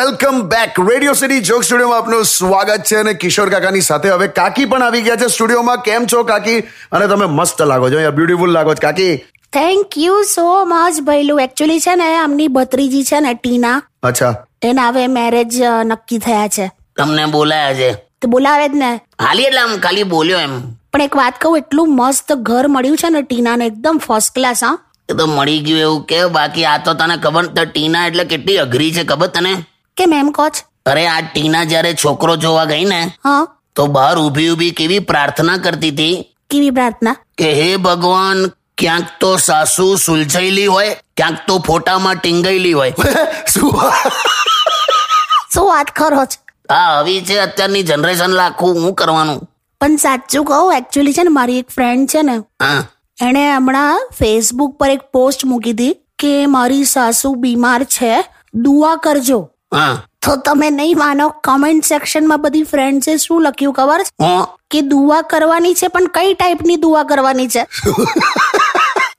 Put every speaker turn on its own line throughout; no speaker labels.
Welcome back radio city joke સ્ટુડિયોમાં આપનું સ્વાગત છે અને કિશોર કાકાની સાથે હવે કાકી પણ આવી ગયા છે સ્ટુડિયોમાં કેમ છો કાકી અને તમે મસ્ત લાગો છો યાર બ્યુટીફુલ લાગો છો કાકી
થેન્ક યુ સો મચ ભૈલું એકચ્યુઅલી છે ને આમની ભત્રીજી છે ને ટીના
અચ્છા
એના હવે મેરેજ નક્કી થયા છે
તમને બોલાયા છે
તો બોલાવે જ ને
હાલી એટલે આમ ખાલી બોલ્યો એમ
પણ એક વાત કહું એટલું મસ્ત ઘર મળ્યું છે ને ટીનાને એકદમ ફર્સ્ટ ક્લાસ હા
એ તો મળી ગયું એવું કે બાકી આ તો તને ખબર ન- તો ટીના એટલે કેટલી અઘરી છે ખબર તને
કેમ એમ કહો છો?
અરે આ ટીના જ્યારે છોકરો જોવા ગઈ ને
હા
તો બહાર ઊભી ઊભી કેવી પ્રાર્થના કરતી હતી
કેવી પ્રાર્થના
કે હે ભગવાન ક્યાંક તો સાસુ સુલઝાયેલી હોય ક્યાંક તો ફોટામાં ટીંગાયેલી હોય
શું
શું વાત કરો છો
આ આવી છે અત્યારની જનરેશન લાખું હું કરવાનું
પણ સાચું કહું એકચ્યુઅલી છે ને મારી એક ફ્રેન્ડ છે ને
હા
એણે હમણાં ફેસબુક પર એક પોસ્ટ મૂકી હતી કે મારી સાસુ બીમાર છે દુઆ કરજો
હા
તો તમે નહીં માનો કમેન્ટ સેક્શનમાં બધી ફ્રેન્ડ્સે શું લખ્યું ખબર છે
હું
કે દુઆ કરવાની છે પણ કઈ ટાઈપની દુઆ કરવાની છે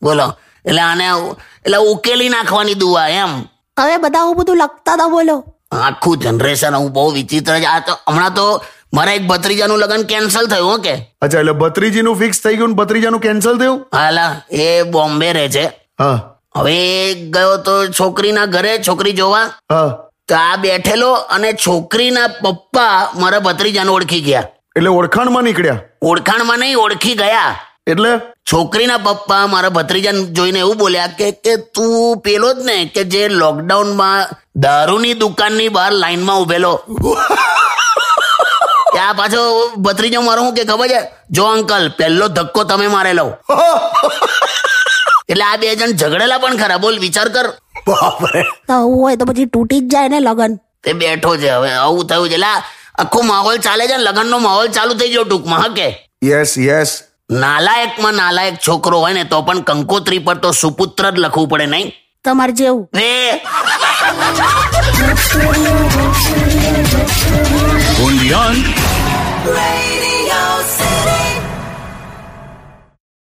બોલો એટલે આને એટલે ઉકેલી નાખવાની દુઆ એમ
હવે બધા આવું બધું લખતા હતા બોલો
આખું જનરેશન હું બહુ વિચિત્ર છે આ તો હમણાં તો મારા એક ભત્રીજાનું લગ્ન કેન્સલ થયું હો કે
અચ્છા એટલે ભત્રીજીનું ફિક્સ થઈ ગયું ને ભત્રીજાનું કેન્સલ થયું
હાલા એ બોમ્બે રહે છે
હા
હવે એ ગયો તો છોકરીના ઘરે છોકરી જોવા
હા
તો આ બેઠેલો અને છોકરીના પપ્પા મારા ભત્રીજાને ઓળખી ગયા
એટલે ઓળખાણમાં નીકળ્યા
ઓળખાણમાં નહીં ઓળખી ગયા
એટલે
છોકરીના પપ્પા મારા ભત્રીજાને જોઈને એવું બોલ્યા કે કે તું પેલો જ ને કે જે લોકડાઉનમાં દારૂની દુકાનની બહાર લાઈનમાં ઉભેલો ત્યાં પાછો ભત્રીજો મારો હું કે ખબર છે જો અંકલ પહેલો ધક્કો તમે મારેલો એટલે આ બે જણ ઝઘડેલા પણ ખરા બોલ વિચાર કર
બાપરે
તો આવું હોય તો પછી તૂટી જ જાય ને લગન
તે બેઠો છે હવે આવું થયું છે એટલે આ આખો માહોલ ચાલે છે ને લગ્નનો માહોલ ચાલુ થઈ ગયો ટૂંકમાં હા કે
યસ યસ
નાલાયકમાં નાલાયક છોકરો હોય ને તો પણ કંકોત્રી પર તો સુપુત્ર જ લખવું પડે નહીં
તમારે જેવું
રે
Undian.
Radio